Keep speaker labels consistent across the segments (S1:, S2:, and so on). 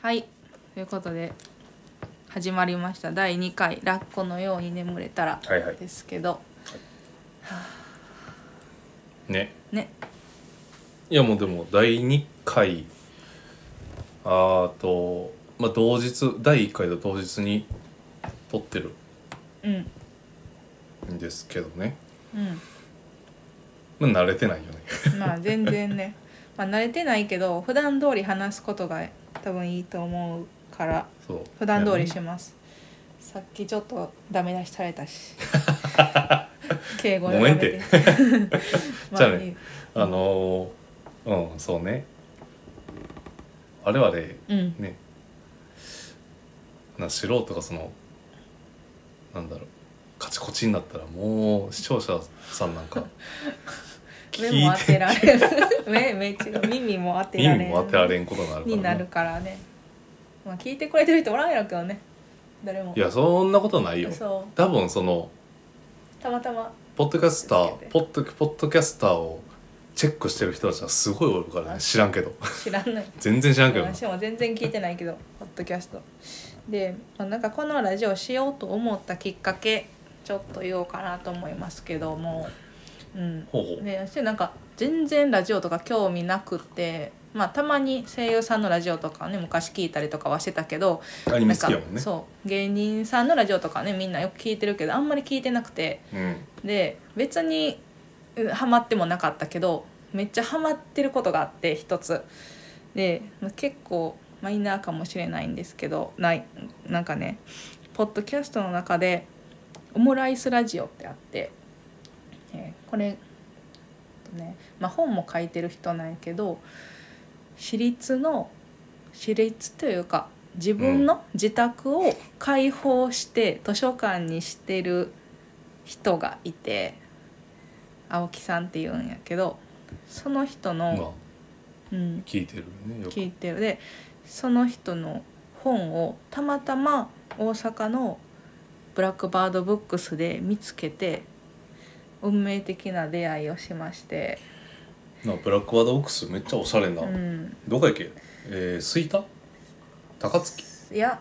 S1: はいということで始まりました第2回「ラッコのように眠れたら
S2: はいはい」
S1: ですけど
S2: ね
S1: ね
S2: いやもうでも第2回あーとまあ同日第1回と同日に撮ってる
S1: うん
S2: んですけどね
S1: う
S2: まあ慣れてないよね
S1: んまあ全然ね まあ慣れてないけど普段通り話すことが多分いいと思うから
S2: そう
S1: 普段通りし
S2: いやね
S1: ます、さっきちょっとダメ出しされた し敬語
S2: ごめん
S1: や
S2: て
S1: めてま
S2: じゃあ
S1: いい
S2: ねあのーうんそうねあれはね
S1: うん
S2: ねな素人がそのなんだろうカチコチになったらもう視聴者さんなんか聞い
S1: 目も当て
S2: て
S1: られる 目目違う耳も当てられ
S2: 耳
S1: る
S2: も当てられんことになるから
S1: になるからねまあ聞いてくれてる人おらんやろうけどね誰も
S2: いやそんなことないよ
S1: そ
S2: 多分その
S1: うたまたま
S2: ポッドキャスタ
S1: つけ
S2: ー
S1: て
S2: ポッドポッドキャスターをチェックしてる人たちはすごいおるから
S1: あ
S2: ね知らんけど
S1: 知らない
S2: 全然知らんけどな
S1: 私も全然聞いてないけどポッドキャストで、まあ、なんかこのラジオしようと思ったきっかけちょっと言おうかなと思いますけどもうん
S2: ほうほう、
S1: ね私なんか全然ラジオとか興味なくてまあたまに声優さんのラジオとかね昔聞いたりとかはしてたけど
S2: ア
S1: な
S2: ニメ
S1: ん
S2: 好
S1: か
S2: きやもんね
S1: そう芸人さんのラジオとかねみんなよく聞いてるけどあんまり聞いてなくて
S2: うん
S1: で別にうんハマってもなかったけどめっちゃハマってることがあって一つでまあ結構マイナーかもしれないんですけどないなんかねポッドキャストの中でオムライスラジオってあって、えーこれ、えっとねまあ、本も書いてる人なんやけど私立の私立というか自分の自宅を開放して図書館にしてる人がいて青木さんっていうんやけどその人
S2: まあ
S1: の、うん、
S2: 聞いてるねよく
S1: 聞いてるでその人の本をたまたま大阪のブラックバードブックスで見つけて運命的な出会いをしまして、
S2: なブラックワードオックスめっちゃおしゃれな、
S1: うん、
S2: どこやっけえー、スイタ高槻
S1: いや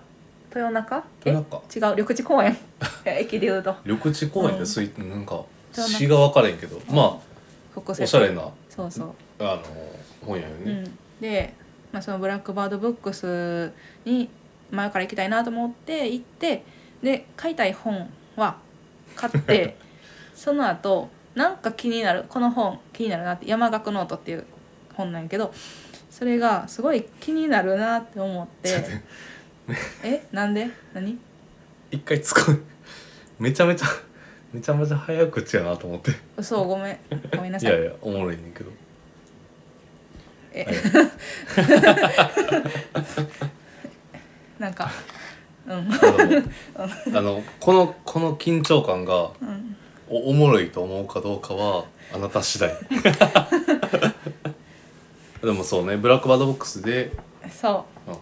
S1: 豊中え違う
S2: 豊中
S1: 緑地公園 駅でいうと
S2: 緑地公園
S1: う
S2: で
S1: ん
S2: スイ、なんか
S1: 豊中
S2: 詩が分からへんけどま
S1: ここ
S2: あおしゃれな
S1: そうそう
S2: あの本やよ
S1: う
S2: ね、
S1: ん、で、まあ、そのブラックバードブックスに前から行きたいなと思って行ってで買いたい本は買って その後なんか気になるこの本気になるなって「山岳ノート」っていう本なんやけどそれがすごい気になるなって思って えなんで何
S2: 一回使うめちゃめちゃめちゃめちゃ早口やなと思って
S1: 嘘ごめんごめんないさい
S2: やいやおもろいねんけど
S1: え
S2: は い
S1: なんかうん
S2: あのあのこのこの緊張感が
S1: うん
S2: おおもろいと思うかどうかはあなた次 第でもそうねブラックバードボックスで
S1: そう
S2: あ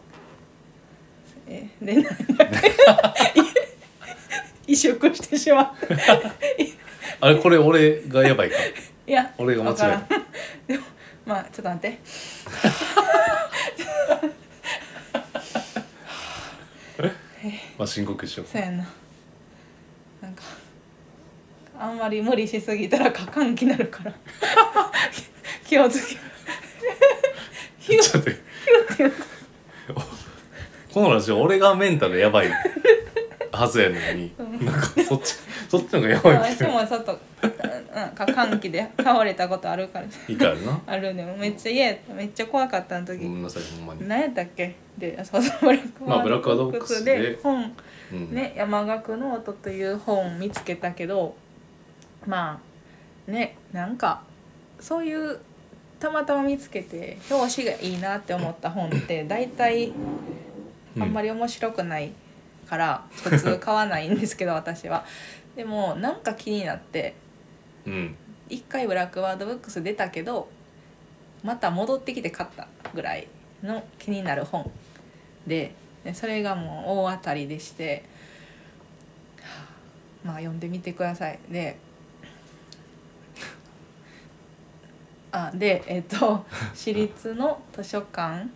S1: えでなん か移植してしまう
S2: あれこれ俺がやばいか
S1: いや
S2: 俺が間違
S1: わからん
S2: え
S1: でもまあちょっと待って
S2: まあ深呼吸しよ
S1: そうやななんかあんまり無理しすぎたら過換気になるから 気をつけヒュ
S2: う
S1: ー
S2: ちょっと待ってこのラジオ俺がメンタルやばいはずやのに
S1: うん
S2: なんかそっちそっちの方がやばいみ
S1: 私
S2: たいな
S1: もちょっと、うん、過換気で倒れたことあるから
S2: いいから な
S1: あるねめっちゃ嫌やっためっちゃ怖かったの時、
S2: ごめんなさいほんまに、
S1: 何やったっけであそうそうブラック
S2: まあブラックアドボックスで
S1: で本
S2: うん
S1: ね「山岳ノート」という本見つけたけどまあねなんかそういうたまたま見つけて表紙がいいなって思った本 って大体
S2: うん
S1: あんまり面白くないから普通買わないんですけど私は。でもなんか気になって
S2: うん
S1: 一回ブラックワードブックス出たけどまた戻ってきて買ったぐらいの気になる本ででそれがもう大当たりでしてはあまあ読んでみてくださいであでえっと私立の図書館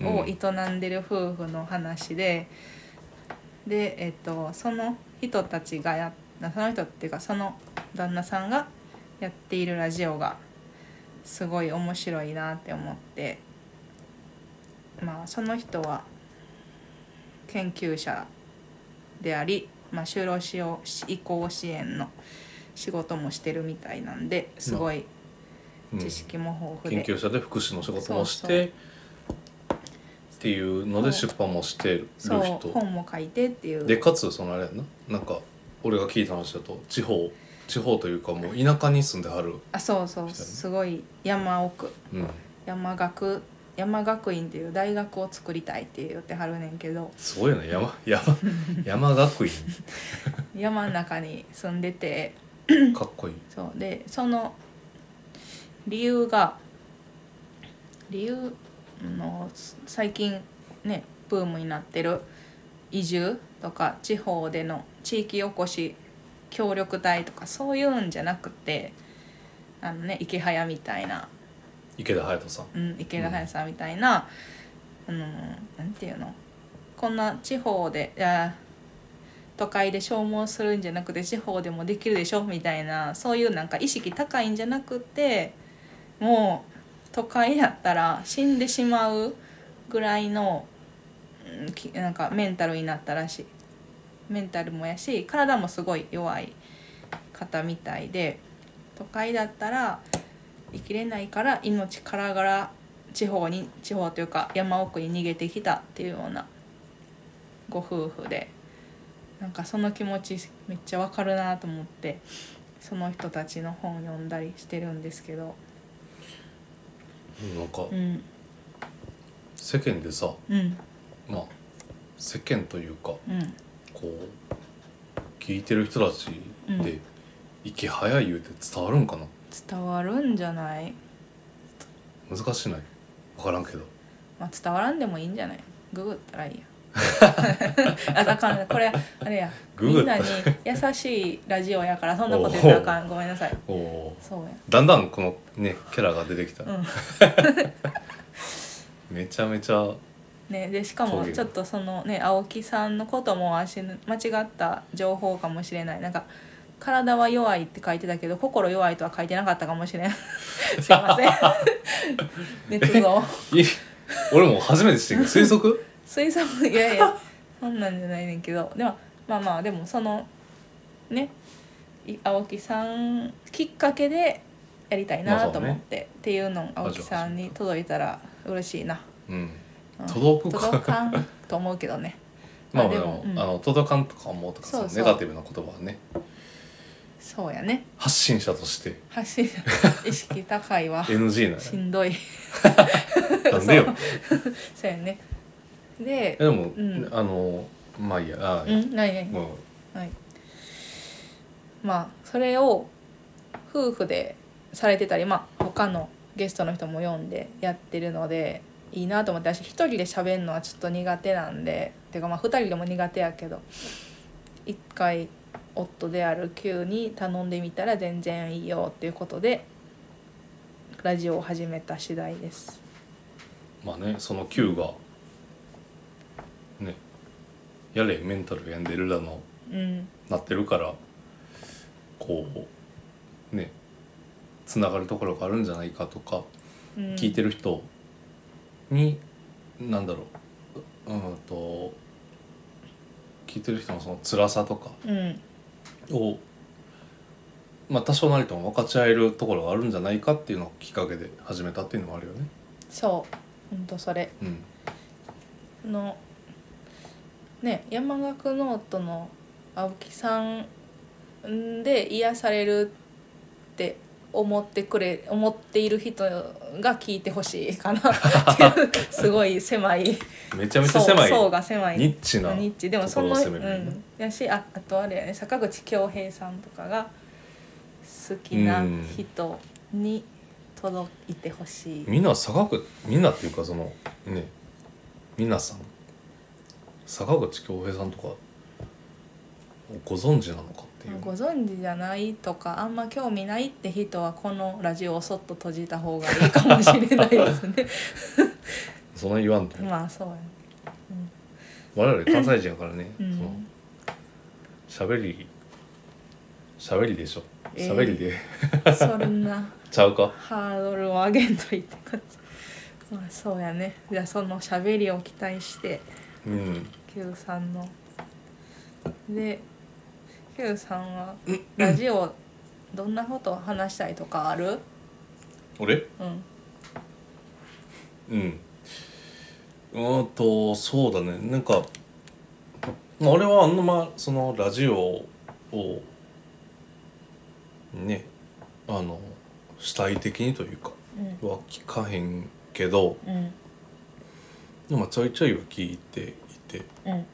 S1: を営んでる夫婦の話で、で、えっと、その人たちがやっその人っていうかその旦那さんがやっているラジオがすごい面白いなって思ってまあその人は研究者であり、まあ、就労しよう移行支援の仕事もしてるみたいなんですごい
S2: うん
S1: 知識も豊富で、
S2: 研究者で福祉の仕事もしてっていうので
S1: そ
S2: 出版もしてる
S1: そう
S2: 人
S1: 本も書いてっていう
S2: でかつそのあれやんななんか俺が聞いた話だと地方地方というかもう田舎に住んではる、
S1: あそうそう
S2: したね
S1: すごい山奥
S2: うん、
S1: 山学山学院っていう大学を作りたいって言ってはるねんけど
S2: すごいよね山山山学院
S1: 山の中に住んでて
S2: かっこいい
S1: そうでその理由が理由の最近ねブームになってる移住とか地方での地域おこし協力隊とかそういうんじゃなくてあのね池早みたいな
S2: 池田隼人さ
S1: う
S2: ん
S1: ん、池田隼さんみたいな、あのなんていうのこんな地方でいや都会で消耗するんじゃなくて地方でもできるでしょみたいなそういうなんか意識高いんじゃなくてもう都会やったら死んでしまうぐらいの、うんきなんかメンタルになったらしいメンタルもやし体もすごい弱い方みたいで都会だったら生きれないから命からがら地方に地方というか山奥に逃げてきたっていうようなご夫婦でなんかその気持ちめっちゃわかるなと思ってその人たちの本を読んだりしてるんですけど
S2: なんか
S1: うん
S2: 世間でさ
S1: うん
S2: まあ世間というか
S1: うん
S2: こう聞いてる人たち
S1: うん
S2: で息早い言うて伝わるんかな
S1: 伝わるんじゃない、
S2: 難しいない分からんけど
S1: まあ、伝わらんでもいいんじゃないググったらいい やああかんこれあれや
S2: グ
S1: み
S2: グ
S1: ん
S2: った
S1: な
S2: ら
S1: に優しいラジオやからそんなこと言ったらあかんごめんなさい
S2: おー
S1: そうや
S2: だんだんこのねキャラが出てきた、
S1: うん
S2: めちゃめちゃ
S1: ね、でしか
S2: そう
S1: も
S2: いう
S1: ちょっとそのね青木さんのこともあし間違った情報かもしれないなんか「体は弱い」って書いてたけど「心弱い」とは書いてなかったかもしれん すいま せん熱造
S2: い俺も初めて 知ってる推測
S1: 水産いやいやそんなんじゃないねんけどでもまあまあでもそのねい青木さんきっかけでやりたい
S2: まあ
S1: な
S2: そう
S1: と
S2: ね
S1: 思って、っていうのを青木さんに届いたら嬉しいな、
S2: うん
S1: うん
S2: 届くか
S1: 届かんと思うけどね
S2: まあ
S1: まあ
S2: で
S1: で
S2: も
S1: も、うん
S2: あの届かんとか思うとかその
S1: そうそう
S2: ネガティブな言葉はね
S1: そうやね
S2: 発信者として
S1: 発信者意識高いわ
S2: NG な
S1: し
S2: のよ
S1: んどい
S2: なんでよ
S1: そうやねで
S2: えでも、
S1: うん
S2: あのまあいいやあ
S1: う
S2: ー
S1: んないない
S2: も
S1: はいまあそれを夫婦でされてたりまあ他のゲストの人も読んでやってるのでいいなと思って私一人で喋るのはちょっと苦手なんでてかまあ二人でも苦手やけど一回夫である Q に頼んでみたら全然いいよっていうことでラジオを始めた次第です。
S2: うまあねその Q がねやれメンタル病んでるだの
S1: うん、
S2: なってるからこうねつながるところがあるんじゃないかとか
S1: うん、
S2: 聞いてる人に、なんだろうううんと聞いてる人のその辛さとか
S1: うん
S2: を、まあ、多少なりとも分かち合えるところがあるんじゃないかっていうのをきっかけで始めたっていうのもあるよね。
S1: そうほんとそれ
S2: うん、
S1: あのね山岳ノートの青木さんで癒されるって思ってくれ思っている人が聞いてほしいか なっていうすごい狭い
S2: めちゃめちゃ狭い
S1: 層層が狭い
S2: ニッチな
S1: ニッチでもその、
S2: ところ
S1: う
S2: を攻めるよね
S1: ん、やしああとあれやね坂口恭平さんとかが好きな人に届いてほしい、
S2: みんな坂口みんなっていうかそのね皆さん坂口恭平さんとかご存知なのかっていう
S1: ご存知じゃないとかあんま興味ないって 人はこのラジオをそっと閉じた方がいいかもしれないですね。
S2: そんな言わんと
S1: まあそうやね
S2: 我々関西人やからね、
S1: うん
S2: その喋り喋りでしょ
S1: えー
S2: 喋りで、
S1: そんな
S2: ちゃうか
S1: ハードルを上げんといてこっちまあそうやねじゃあその喋りを期待して
S2: うん
S1: キュウさんのでキュウさんはラジオどんなことを話したいとかある
S2: 俺
S1: うん
S2: うんうーんとそうだねなんかまあ俺はあんまそのラジオをねあの主体的にというか
S1: うん
S2: は聞かへんけど
S1: うん
S2: まあちょいちょいは聞いていて
S1: うん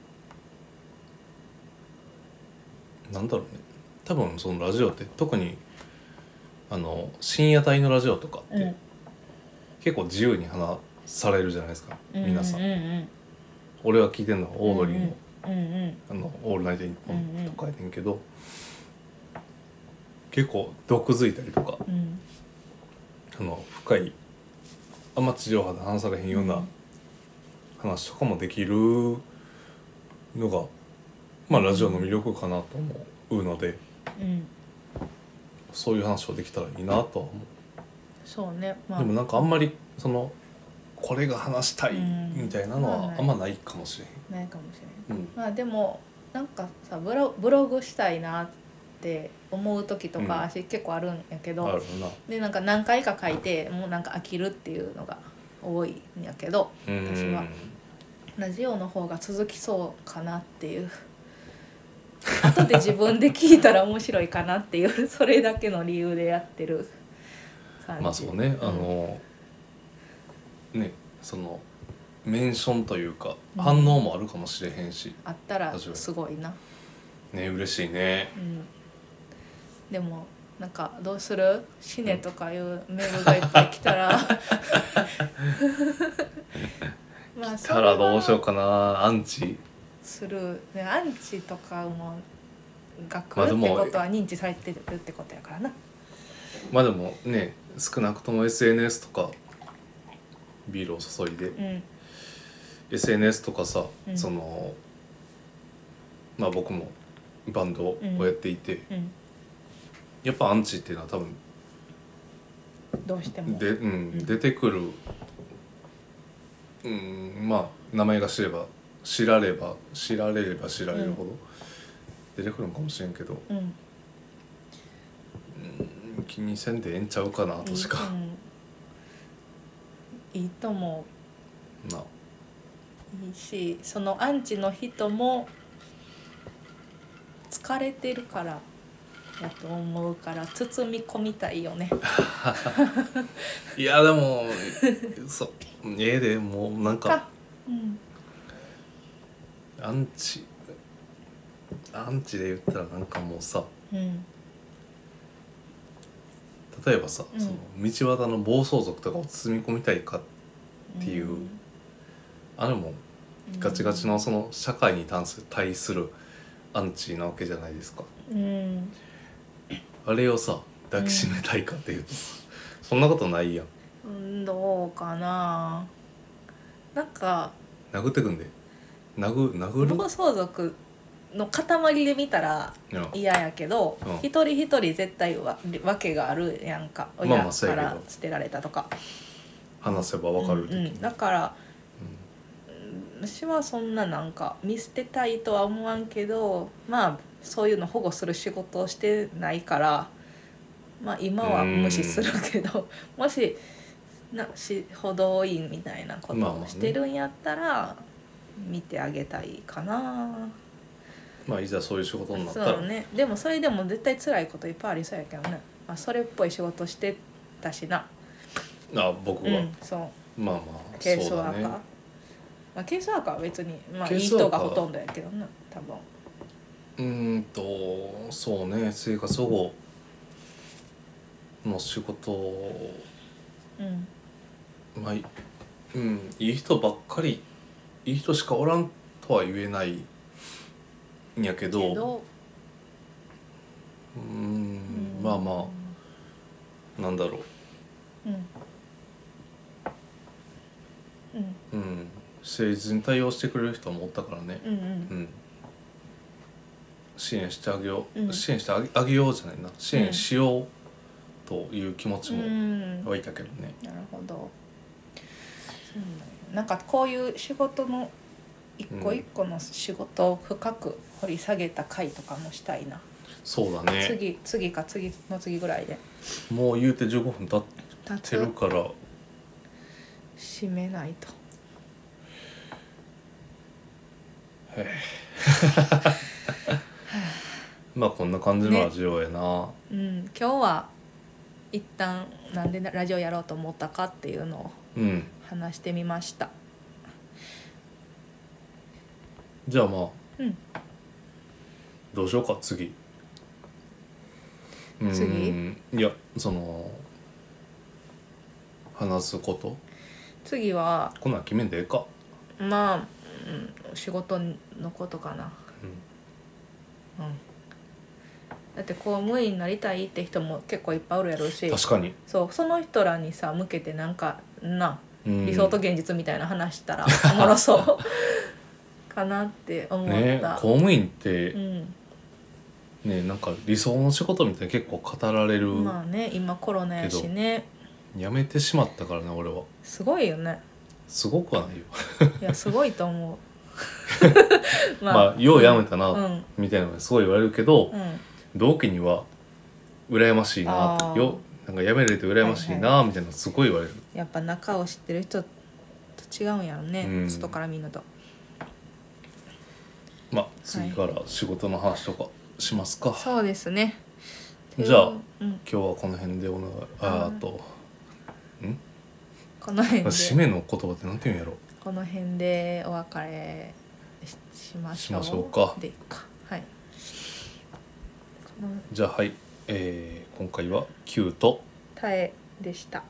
S2: なんだろうね多分そのラジオって特にあの深夜帯のラジオとかっ
S1: う
S2: て
S1: ん
S2: 結構自由に話されるじゃないですか、
S1: うん
S2: 皆さん、
S1: うんうん
S2: 俺は聞いてるのはオードリーの
S1: うんうん
S2: あの「オールナイトニッポン」とかやねんけど、結構毒づいたりとか
S1: うん
S2: あの深いあんま地上波で話されへんよう
S1: う
S2: なん話とかもできるのがまあラジオの魅力かなと思うので
S1: うん
S2: そういう話をできたらいいなとは思
S1: そうね
S2: う、
S1: まあ
S2: でもなんかあんまりそのこれが話したい
S1: うん
S2: みたいなのはあんまないかもしれ
S1: ないかもしれない
S2: へん、うん
S1: まあでもなんかさブロブログしたいなって思う時と
S2: うん
S1: か、私結構あるんやけ
S2: あ
S1: ど
S2: るな
S1: でなんか何回か書いてもうなんか飽きるっていうのが多いんやけど私はラジオの方が続きそうかなっていう 後で自分で聞いたら面白いかなっていう それだけの理由でやってる感じ
S2: まあそうね、
S1: うん
S2: あのねそのメンションというか
S1: うん
S2: 反応もあるかもしれへんし、
S1: あったら
S2: 確かに
S1: すごいな
S2: ね嬉しいね
S1: うんでもなんかどうする死ねとかいうメールがいっぱい来 たらまあ
S2: たらどうしよう
S1: か
S2: かなアンチ
S1: するねアンチとかもが来
S2: まあで
S1: るっ
S2: も
S1: てことは認知されてるってことやからな、
S2: まあでもね少なくとも SNS とかビールを注いで、
S1: うん、
S2: SNS とかさ、
S1: うん
S2: そのまあ僕もバンドをやっていて、
S1: うん、
S2: やっぱアンチっていうのは多分
S1: どうしても
S2: で、うん
S1: ん
S2: 出てくる、うん、まあ名前が知れば知られば知られれば知られるほど出てくるのかもしれんけど、
S1: うん
S2: うん気にせんでええんちゃうかなとしか、
S1: いい,、うん、いいと思
S2: な
S1: ういいしそのアンチの人も疲れてるからやと思うから包み込みたいよね
S2: いやでもそうええでもうなんか
S1: か、うん、
S2: アンチアンチで言ったらなんかもうさ
S1: うん
S2: 例えばさ、
S1: うん
S2: その道端の暴走族とかを包み込みたいかっていうあれもガチガチのその社会に対する対するアンチなわけじゃないですか
S1: うん
S2: あれをさ抱きしめたいかっていうと、そんなことないやん
S1: うんどうかななんか
S2: 殴ってくんで殴殴る
S1: 暴走族の塊で見たら
S2: いや
S1: 嫌やけど、
S2: うん
S1: 一人一人絶対わわけがあるやんか
S2: まあまあ
S1: 親
S2: そう
S1: か
S2: やけど
S1: ら捨てられたとか、
S2: 話せばわかる時
S1: うんう
S2: に、
S1: んだから、うん私はそんななんか見捨てたいとは思わんけどまあそういうの保護する仕事をしてないから、まあ、今は無視するけどもしなし歩道員みたいなこと
S2: まあまあ
S1: を
S2: ね
S1: してるんやったら見てあげたいかな。
S2: まあいざそういう仕事になった
S1: そ
S2: ら
S1: うねでもそれでも絶対辛いこといっぱいありそうやけどね、まあ、それっぽい仕事してたしな
S2: あ僕
S1: う
S2: は、
S1: んそう
S2: まあまあ
S1: ケース
S2: そうだ
S1: ワーカー、
S2: ね
S1: まあ、ケースワーカーは別に、まあ、
S2: ケ
S1: い
S2: ー
S1: い
S2: スワー
S1: 人が
S2: カーは
S1: ほとんどやけどな多分
S2: うーんとそうね生活保護の仕事
S1: うん
S2: まあいうんいい人ばっかりいい人しかおらんとは言えないんやけど
S1: けど
S2: うー
S1: うん
S2: んまあまあなんだろ
S1: うんうん
S2: うん、政治に対応してくれる人もおったからね、
S1: うんうん
S2: うん、支援してあげよう、
S1: うん
S2: 支援してあげあげようじゃないな支援しようという気持ち
S1: う
S2: も
S1: ん
S2: 湧いたけどね、
S1: なるほどそうなんだよなんかこういう仕事の一個一個の仕事を深く掘り下げた回とかもしたいな、
S2: そうだね
S1: 次次か次の次ぐらいで
S2: もう言うて15分経っ
S1: 立
S2: てるから
S1: 締めないと
S2: まあこんな感じのラジオやな、
S1: うん今日は一旦なんでラジオやろうと思ったかっていうのを
S2: うん
S1: 話してみました
S2: じゃあまあ
S1: うん
S2: どうしようか次う
S1: 次
S2: んいやその話すこと
S1: 次は
S2: こんなん決めんでええか、
S1: まあ、うん、仕事のことかな
S2: うん
S1: うんだって公務員になりたいって人も結構いっぱいおるやろうし
S2: 確かに、
S1: そうその人らにさ向けてなんかな
S2: うん、
S1: 理想と現実みたいな話した らおもろそうかなって思った、
S2: ね公務員っ
S1: う
S2: て
S1: ん、
S2: ねなんか理想の仕事みたいに結構語られる、
S1: まあね今コロナやしね
S2: 辞めてしまったからね俺は
S1: すごいよね
S2: すごくはないよ
S1: いやすごいと 思う
S2: まあ、よう辞めたな、
S1: うん
S2: みたいなのがすごい言われるけど、
S1: うん
S2: 同期には羨ましいな
S1: あ
S2: と
S1: ー
S2: よなんか辞めれて羨ましいなみたいなのすごい言われる、
S1: やっぱ中を知ってる人と違うんやろね、
S2: うん
S1: 外から見るのと
S2: まあ次から仕事の話とかしますか、
S1: そうですね
S2: じゃあ
S1: うん、
S2: 今日はこの辺でお願いあーっと
S1: この辺で
S2: 締めの言葉ってなんて言うんやろ
S1: この辺でお別れししましょう
S2: しましょうか
S1: でいくかはいこの
S2: じゃあはい、えー今回は Q と
S1: タエでした